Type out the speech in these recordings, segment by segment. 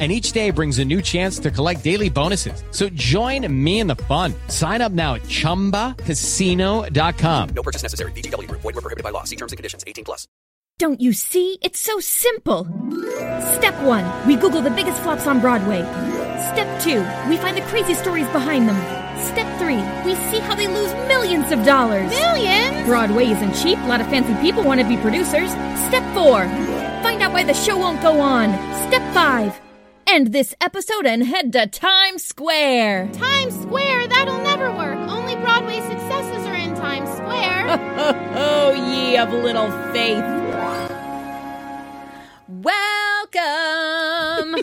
and each day brings a new chance to collect daily bonuses. So join me in the fun. Sign up now at ChumbaCasino.com. No purchase necessary. VGW Group. Void were prohibited by law. See terms and conditions. 18 plus. Don't you see? It's so simple. Step one, we Google the biggest flops on Broadway. Step two, we find the crazy stories behind them. Step three, we see how they lose millions of dollars. Millions? Broadway isn't cheap. A lot of fancy people want to be producers. Step four, find out why the show won't go on. Step five, end this episode and head to Times Square. Times Square, that'll never work. Only Broadway successes are in Times Square. Oh, ye of little faith. Welcome.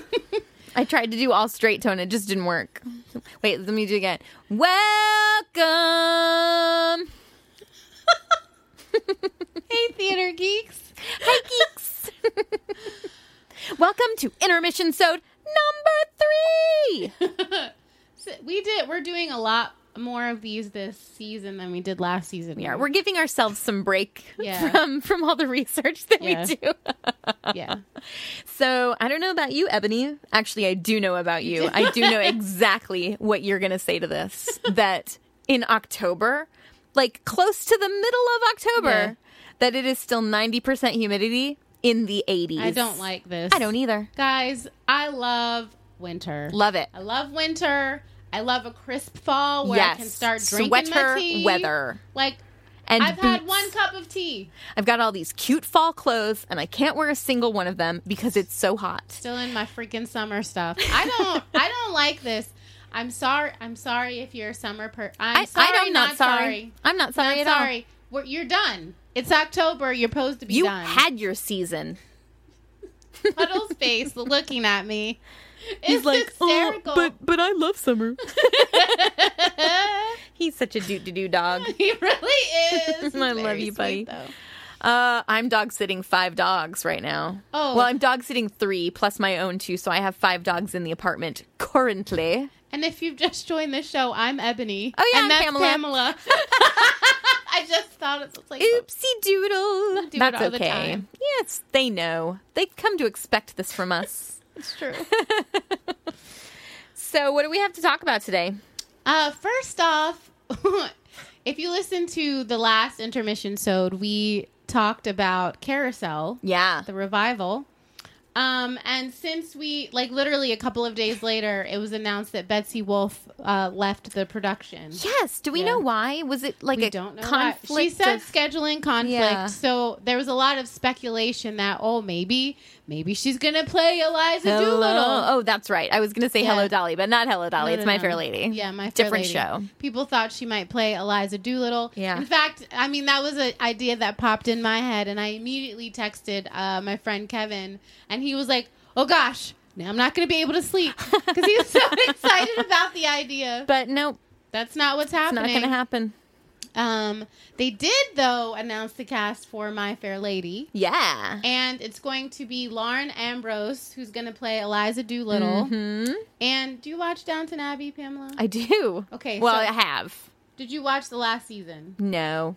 I tried to do all straight tone. It just didn't work. Wait, let me do it again. Welcome. hey, theater geeks. Hi, geeks. Welcome to Intermission Sode number three. So we did. We're doing a lot more of these this season than we did last season. Yeah, we're giving ourselves some break Yeah. from, from all the research that Yeah. we do. yeah. So I don't know about you, Ebony. Actually, I do know about you. I do know exactly what you're going to say to this. That in October, like close to the middle of October, that it is still 90% humidity in the 80s. I don't like this. I don't either. Guys, I love winter. Love it. I love winter. I love a crisp fall where I Yes. can start drinking my Sweater tea. weather. Like And I've had boots. one cup of tea. I've got all these cute fall clothes, and I can't wear a single one of them because it's so hot. Still in my freaking summer stuff. I don't. I don't like this. I'm sorry. I'm sorry if you're a summer per. I'm I- sorry. I'm not, not sorry. I'm not sorry at Not all. sorry. We're, you're done. It's October. You're supposed to be You done. had your season. Puddle's face looking at me. He's It's like, oh, hysterical. but but I love summer. He's such a doot to do dog. he really is. I love Very you, sweet, buddy. though. Uh, I'm dog sitting five dogs right now. Oh. well, I'm dog sitting three plus my own two, so I have five dogs in the apartment currently. And if you've just joined the show, I'm Ebony. Oh, yeah, and I'm that's Pamela. I just thought it was like Oopsie doodle. Do it That's all the okay. time. Yes, they know. They've come to expect this from us. it's true. so, what do we have to talk about today? Uh, first off, if you listen to the last intermission sode, we talked about Carousel, Yeah, the revival. Um, and since we like literally a couple of days later, it was announced that Betsy Wolf uh, left the production. Yes. Do we Yeah. know why? Was it like We a don't know. why. conflict? She said of- scheduling conflict. Yeah. So there was a lot of speculation that oh maybe maybe she's gonna play Eliza Hello- Doolittle. Oh, that's right. I was gonna say Yeah. Hello Dolly, but not Hello Dolly. No, it's no, My no. Fair Lady. Yeah, my Fair different Lady. show. People thought she might play Eliza Doolittle. Yeah. In fact, I mean that was an idea that popped in my head, and I immediately texted uh, my friend Kevin, and he was like, "Oh gosh, now I'm not gonna be able to sleep because he was so excited about the idea." But But nope, that's not what's it's happening. not gonna happen. Um, they did though announce the cast for My Fair Lady. Yeah. And it's going to be Lauren Ambrose, who's going to play Eliza Doolittle. And do you watch Downton Abbey, Pamela? Mm-hmm. I do. Okay, Well, so- I have. Did you watch the last season? No.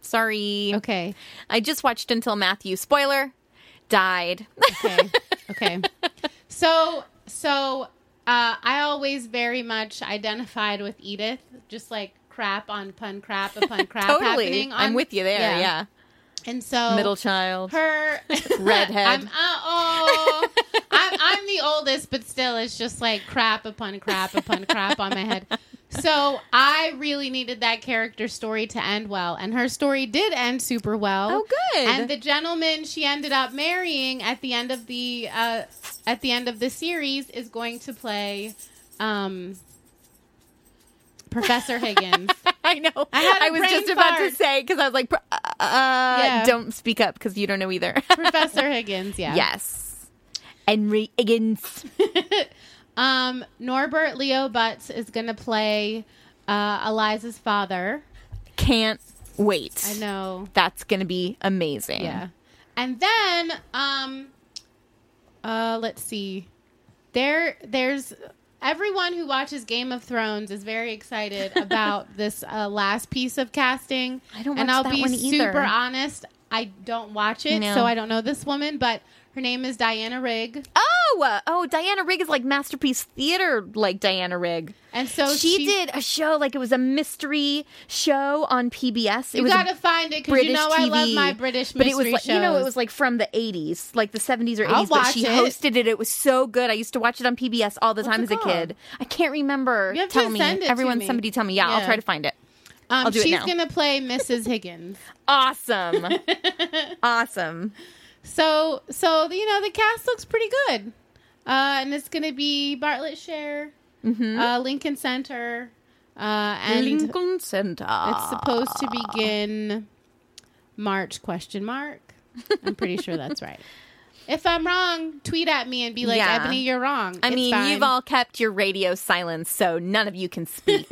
Sorry. Okay. I just watched until Matthew. Spoiler. Died. Okay. okay. So, so uh, I always very much identified with Edith, just like crap on pun crap upon crap totally. happening. On, I'm with you there. Yeah. And so Middle child. her Redhead. I'm uh, oh, I'm, I'm the oldest, but still, it's just like crap upon crap upon crap on my head. So I really needed that character story to end well, and her story did end super well. Oh, good. And the gentleman she ended up marrying at the end of the uh, at the end of the series is going to play. Um, Professor Higgins. I know. I, had a was brain just about fart. to say because I was like, pr- uh, uh, don't speak up because you don't know either. Professor Higgins, yeah. Yes. Henry Higgins. Um, Norbert Leo Butz is going to play uh, Eliza's father. can't wait. I know. That's going to be amazing. Yeah. And then um uh let's see. There there's everyone who watches Game of Thrones is very excited about this uh, last piece of casting. I don't And watch I'll that be one either. super honest, I don't watch it, No. so I don't know this woman, but her name is Diana Rigg. Oh, uh, oh, Diana Rigg is like masterpiece theater, like Diana Rigg. And so she, she's- did a show like it was a mystery show on PBS. It You was a gotta find it because British you know I TV, love my British but mystery it was like, you know it shows. was like from the eighties, like the seventies or I'll eighties. But watch she it. hosted it. It was so good. I used to watch it on PBS all the time it as a called? kid. I can't remember. You have to tell me, send it to everyone, me. somebody, tell me. Yeah, I'll Yeah. try to find it. um, I'll do it she's now. gonna play Mrs. Higgins. Awesome, awesome. So, so you know the cast looks pretty good, uh, and it's going to be Bartlett Share, Mm-hmm. uh, Lincoln Center, uh, and Lincoln Center. it's supposed to begin March? Question mark. I'm pretty sure that's right. If I'm wrong, tweet at me and be like, Yeah. Ebony, you're wrong. I It's mean, fine. you've all kept your radio silence, so none of you can speak.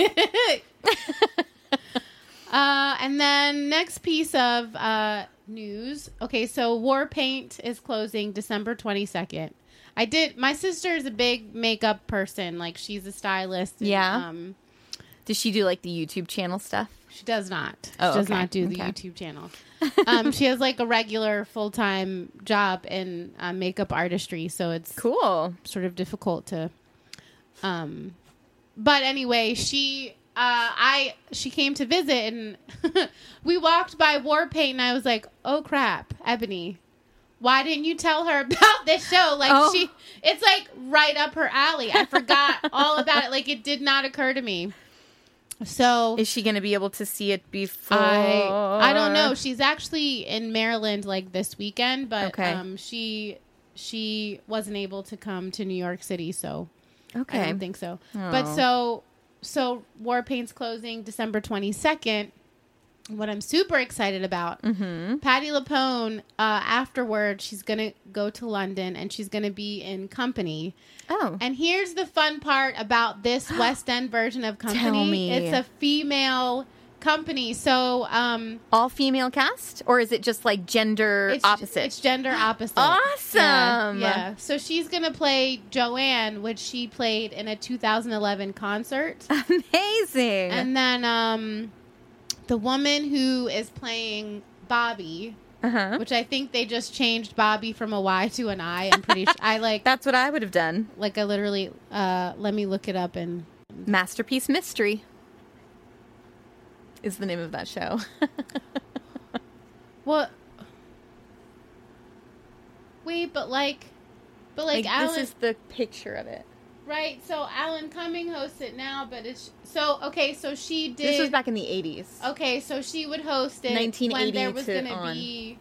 Uh, and then next piece of uh, news. Okay, so War Paint is closing December 22nd. I did. My sister is a big makeup person. Like she's a stylist. and, Yeah. Um, Does she do like the YouTube channel stuff? she does not. Oh, she does okay, not do the okay. YouTube channel. um, she has like a regular full time job in uh, makeup artistry. So it's Cool. sort of difficult to um but anyway she uh i she came to visit and we walked by war paint and i was like oh crap ebony why didn't you tell her about this show like Oh. she it's like right up her alley i forgot all about it like it did not occur to me so Is she going to be able to see it before? I I don't know. She's actually in Maryland like this weekend, but Okay. um, she she wasn't able to come to New York City, so I Okay. don't think so. But Oh. so so War Paint's closing December twenty second. What I'm super excited about, Mm-hmm. Patty Lapone. Uh, afterward, she's gonna go to London and she's gonna be in Company. oh. And here's the fun part about this West End version of Company. me. It's a female company. So um all female cast, or is it just like gender it's, opposite? It's gender opposite. Yeah, awesome. yeah. So she's gonna play Joanne, which she played in a 2011 concert, Amazing. and then um, the woman who is playing Bobby, uh-huh. which I think they just changed Bobby from a Y to an I. I'm pretty. sure. I like That's what I would have done. like I literally. Uh, let me look it up and Masterpiece Mystery is the name of that show. Well, wait, but like, but like, Like, Alan, this is the picture of it. right? So Alan Cumming hosts it now, but it's so okay. So she did. This was back in the 80s. Okay, so she would host it when 1980 there was to going to on. be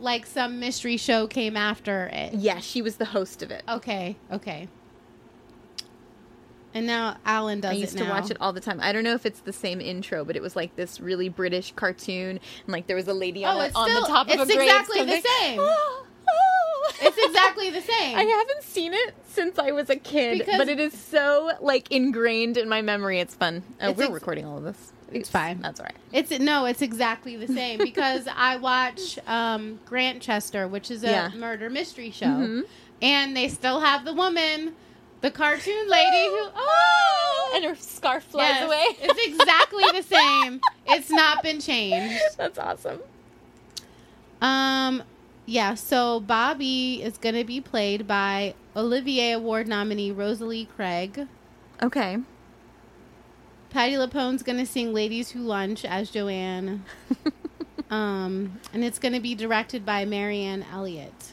like some mystery show came after it. Yeah, she was the host of it. Okay, okay. And now Alan does I used it to now. watch it all the time. I don't know if it's the same intro, but it was like this really British cartoon, and like there was a lady on, Oh, the- it's on still- the top of it's a grave. exactly the something- same. Oh, oh. It's exactly the same. I haven't seen it since I was a kid, Because- but it is so like ingrained in my memory. It's fun. Oh, It's we're ex- recording all of this. It's fine. That's all right. It's no, it's exactly the same because I watch um, Grantchester, which is a Yeah. Mm-hmm. murder mystery show, and they still have the woman, the cartoon lady who. Oh, And her scarf flies Yes, away. it's exactly the same. It's not been changed. That's awesome. Um, yeah. So Bobby is going to be played by Olivier Award nominee Rosalie Craig. Okay. Patty LaPone's going to sing "Ladies Who Lunch" as Joanne. um, and it's going to be directed by Marianne Elliott.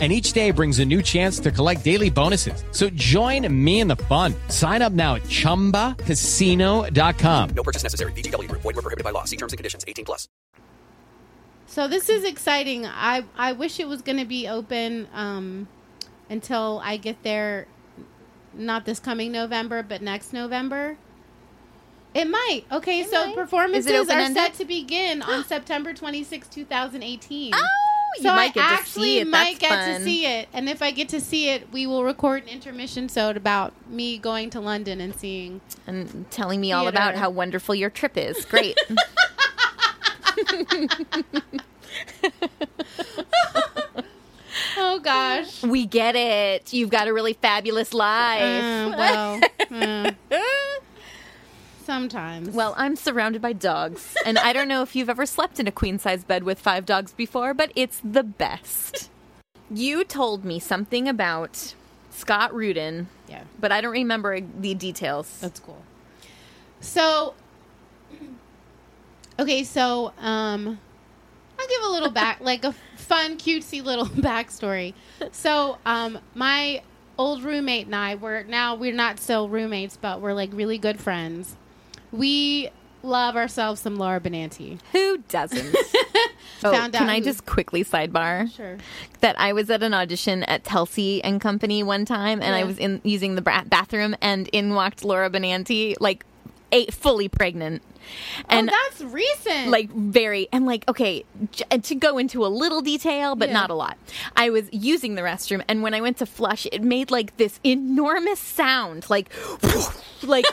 and each day brings a new chance to collect daily bonuses. So join me in the fun. Sign up now at ChumbaCasino.com. No purchase necessary. VGW Group. Void were prohibited by law. See terms and conditions. 18 plus. So this is exciting. I I wish it was going to be open um, until I get there not this coming November, but next November. It might. Okay, so might. Is performances it are open-ended? set to begin on September twenty sixth, 2018. Oh, you so might I get to actually see it. might That's get fun. to see it. And if I get to see it, we will record an intermission sode about me going to London and seeing. and telling me all about Theater. how wonderful your trip is. Great. Oh gosh. we get it. You've got a really fabulous life. Uh, well, uh, sometimes. Well, I'm surrounded by dogs, and I don't know if you've ever slept in a queen size bed with five dogs before, but it's the best. you told me something about Scott Rudin, yeah, but I don't remember the details. that's cool. So, okay, so um, I'll give a little back, like a fun, cutesy little backstory. So, um, my old roommate and I were now we're not still roommates, but we're like really good friends. We love ourselves some Laura Benanti. Who doesn't? oh, Found can out I who- just quickly sidebar? Sure. that I was at an audition at Telsey and Company one time, and I Yeah. was in using the bra- bathroom, and in walked Laura Benanti, like eight, fully pregnant, and oh, that's recent. like very and like okay j- and to go into a little detail but Yeah. not a lot i was using the restroom and when i went to flush it made like this enormous sound like like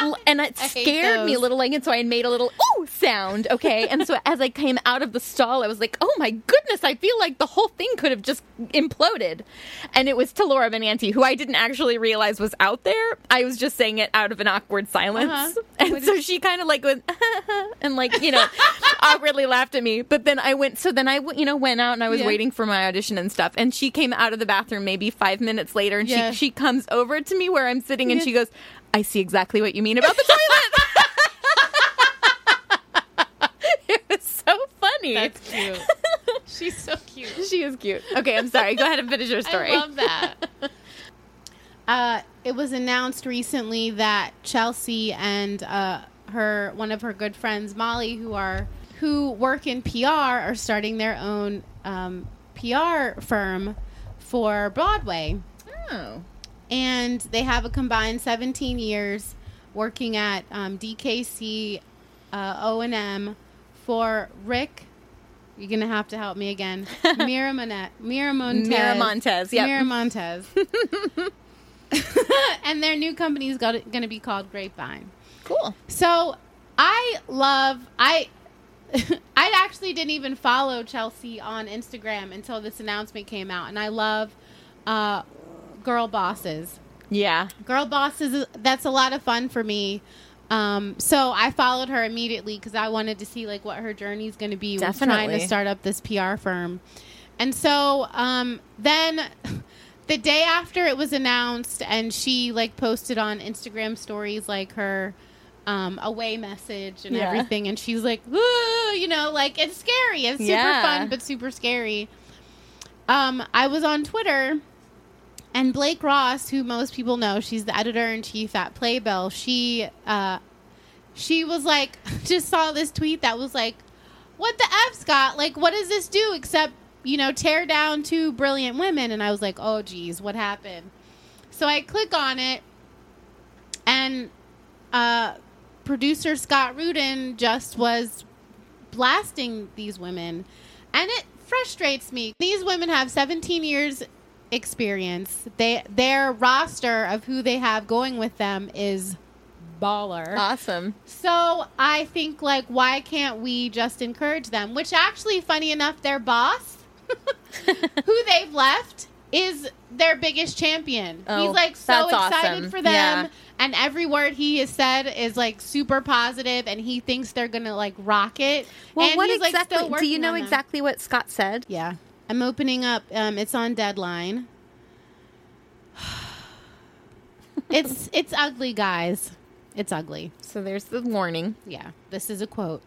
l- and it hate scared me a those. little like and so i made a little ooh sound okay and so as i came out of the stall i was like oh my goodness i feel like the whole thing could have just imploded and it was to laura benanti who i didn't actually realize was out there i was just saying it out of an awkward silence Uh-huh. and What so she kind of like went and like you know awkwardly laughed at me. But then I went. So then I w- you know went out and I was Yeah. waiting for my audition and stuff. And she came out of the bathroom maybe five minutes later, and Yeah. she she comes over to me where I'm sitting, and she goes, "I see exactly what you mean about the toilet." it was so funny. that's cute. She's so cute. she is cute. Okay, I'm sorry. Go ahead and finish your story. I love that. uh, it was announced recently that Chelsea and uh, her one of her good friends Molly, who are who work in PR, are starting their own um, PR firm for Broadway oh. and they have a combined 17 years working at um, DKC uh, O&M for Rick. You're gonna have to help me again, Mira Monet, Mira Montez, Mira Montez, yep. Mira Montez. and their new company is got- gonna be called Grapevine. Cool. So I love I I actually didn't even follow Chelsea on Instagram until this announcement came out, and I love uh, girl bosses. Yeah. Girl bosses that's a lot of fun for me. Um, so I followed her immediately because I wanted to see like what her journey is going to be with trying Definitely. to start up this PR firm. And so um, then the day after it was announced, and she like posted on Instagram stories like her um, away message and Yeah. everything, and she's like, "Woo!" You know, like it's scary. It's super Yeah. fun, but super scary. Um, I was on Twitter. And Blake Ross, who most people know, she's the editor in chief at Playbill. She uh, she was like, just saw this tweet that was like, "What the f, Scott? Like, what does this do except you know tear down two brilliant women?" And I was like, "Oh, geez, what happened?" So I click on it, and uh, producer Scott Rudin just was blasting these women. And it frustrates me. These women have 17 years experience. They their roster of who they have going with them is baller. Uh, Awesome. So I think like why can't we just encourage them? Which actually funny enough their boss who they've left is their biggest champion. Oh, He's like so that's excited awesome. for them Yeah. and every word he has said is like super positive and he thinks they're going to like rock it. Well, and what he's, like, exactly? still do you working know on them. exactly what Scott said? Yeah. I'm opening up. Um, it's on deadline. it's it's ugly, guys. It's ugly. So there's the warning. Yeah. This is a quote.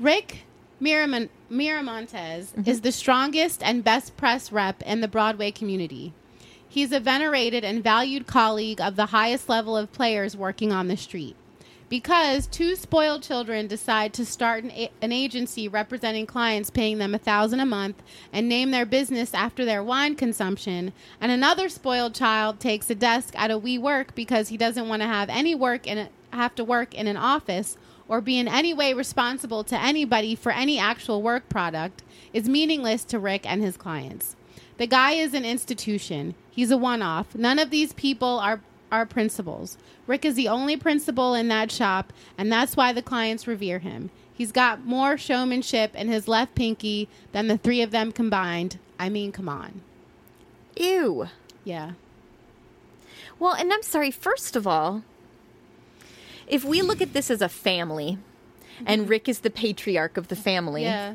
Rick Miramon- Miramontes is the strongest and best press rep in the Broadway community. He's a venerated and valued colleague of the highest level of players working on the street. because two spoiled children decide to start an, a- an agency representing clients paying them a thousand a month and name their business after their wine consumption and another spoiled child takes a desk at a we work because he doesn't want to have any work in a, have to work in an office or be in any way responsible to anybody for any actual work product is meaningless to Rick and his clients. The guy is an institution. He's a one off. None of these people are are principals. Rick is the only principal in that shop, and that's why the clients revere him. He's got more showmanship in his left pinky than the three of them combined. I mean, come on. Ew. Yeah. Well, and I'm sorry, first of all, if we look at this as a family and Rick is the patriarch of the family, Yeah.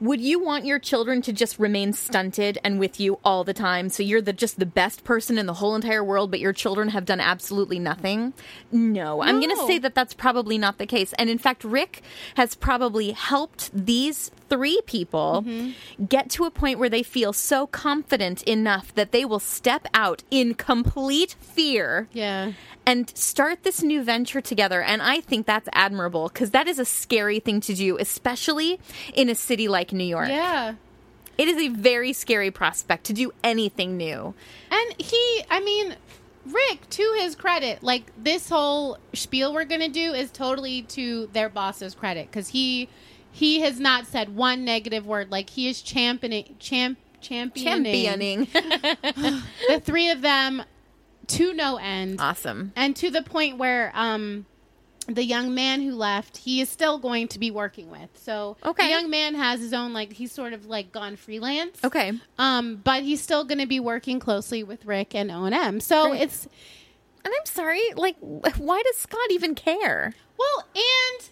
would you want your children to just remain stunted and with you all the time so you're the just the best person in the whole entire world but your children have done absolutely nothing no, i'm going to No. say that that's probably not the case and in fact rick has probably helped these three people Mm-hmm. get to a point where they feel so confident enough that they will step out in complete fear Yeah. and start this new venture together. And I think that's admirable because that is a scary thing to do, especially in a city like New York. Yeah. It is a very scary prospect to do anything new. And he, I mean, Rick, to his credit, like this whole spiel we're gonna do is totally to their boss's credit because he he has not said one negative word. Like he is championing, champ, championing, Championing. the three of them to no end, awesome. and to the point where um the young man who left, he is still going to be working with. So Okay. the young man has his own like he's sort of like gone freelance. Okay. Um, but he's still going to be working closely with Rick and O and M. So Great. it's And I'm sorry, like, wh- why does Scott even care? well, and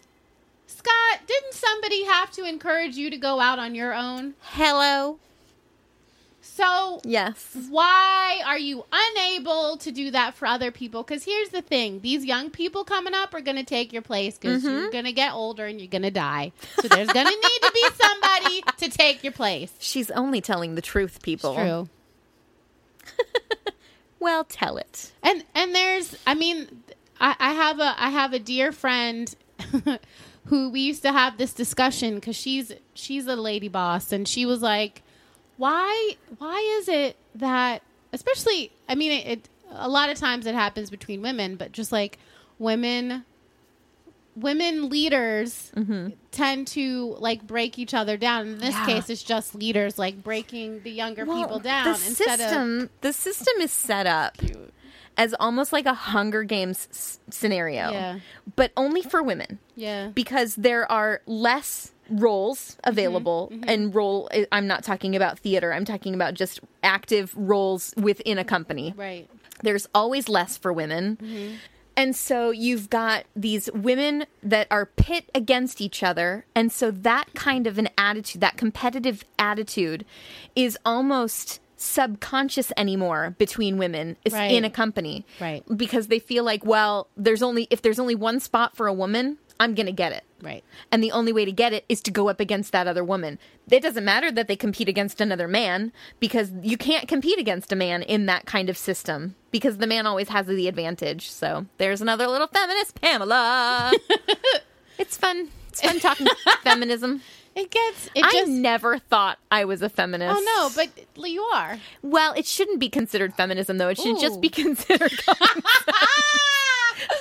Scott, didn't somebody have to encourage you to go out on your own? Hello. So Yes. why are you unable to do that for other people? Because here's the thing: these young people coming up are going to take your place because you're going to get older and you're going to die. So there's going to need to be somebody to take your place. She's only telling the truth, people. True. Well, tell it. And and there's I mean I, I have a I have a dear friend who we used to have this discussion because she's she's a lady boss and she was like why why is it that especially I mean it, it a lot of times it happens between women but just like women women leaders tend to like break each other down in this Yeah. case it's just leaders like breaking the younger people down The instead of system, the system is set up as almost like a Hunger Games s- scenario, Yeah. but only for women yeah Mm-hmm. because there are less roles available and role I- i'm not talking about theater i'm talking about just active roles within a company right there's always less for women. And so you've got these women that are pit against each other. And so that kind of an attitude, that competitive attitude, is almost subconscious anymore between women is Right. in a company. Right. Because they feel like, well, there's only if there's only one spot for a woman, I'm gonna get it. right And the only way to get it is to go up against that other woman. It doesn't matter that they compete against another man because you can't compete against a man in that kind of system because the man always has the advantage. So there's another little feminist, Pamela. it's fun. It's fun talking feminism. It gets. It I just. never thought I was a feminist. Oh no, but l- you are. well, it shouldn't be considered feminism though. It should just Ooh. be considered. common sense.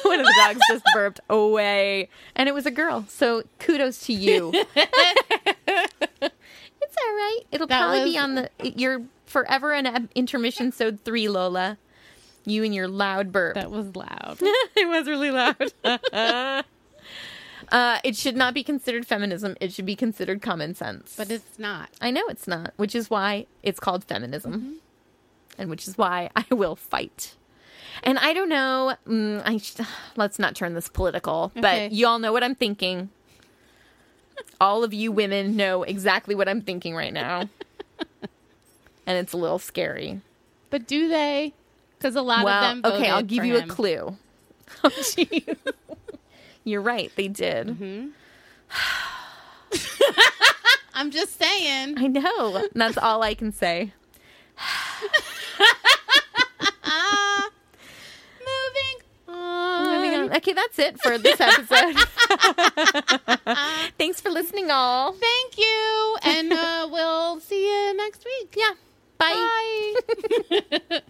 One of the dogs just burped away, and it was a girl. So kudos to you. it's all right. It'll That probably was- be on the. You're forever in ab- intermission. So three, Lola. You and your loud burp. That was loud. it was really loud. uh, it should not be considered feminism. It should be considered common sense. But it's not. I know it's not, which is why it's called feminism, Mm-hmm. and which is why I will fight. And I don't know. Mm, I sh- let's not turn this political, Okay. but you all know what I'm thinking. All of you women know exactly what I'm thinking right now, and it's a little scary. But do they? Because a lot well, of them. Voted okay, I'll give for you him. a clue. Oh, jeez. You're right. They did. Mm-hmm. I'm just saying. I know. And That's all I can say. Ah. Moving on. Moving on. Okay, that's it for this episode. Thanks for listening, all. Thank you, and uh, we'll see you next week. Yeah. Bye. Bye.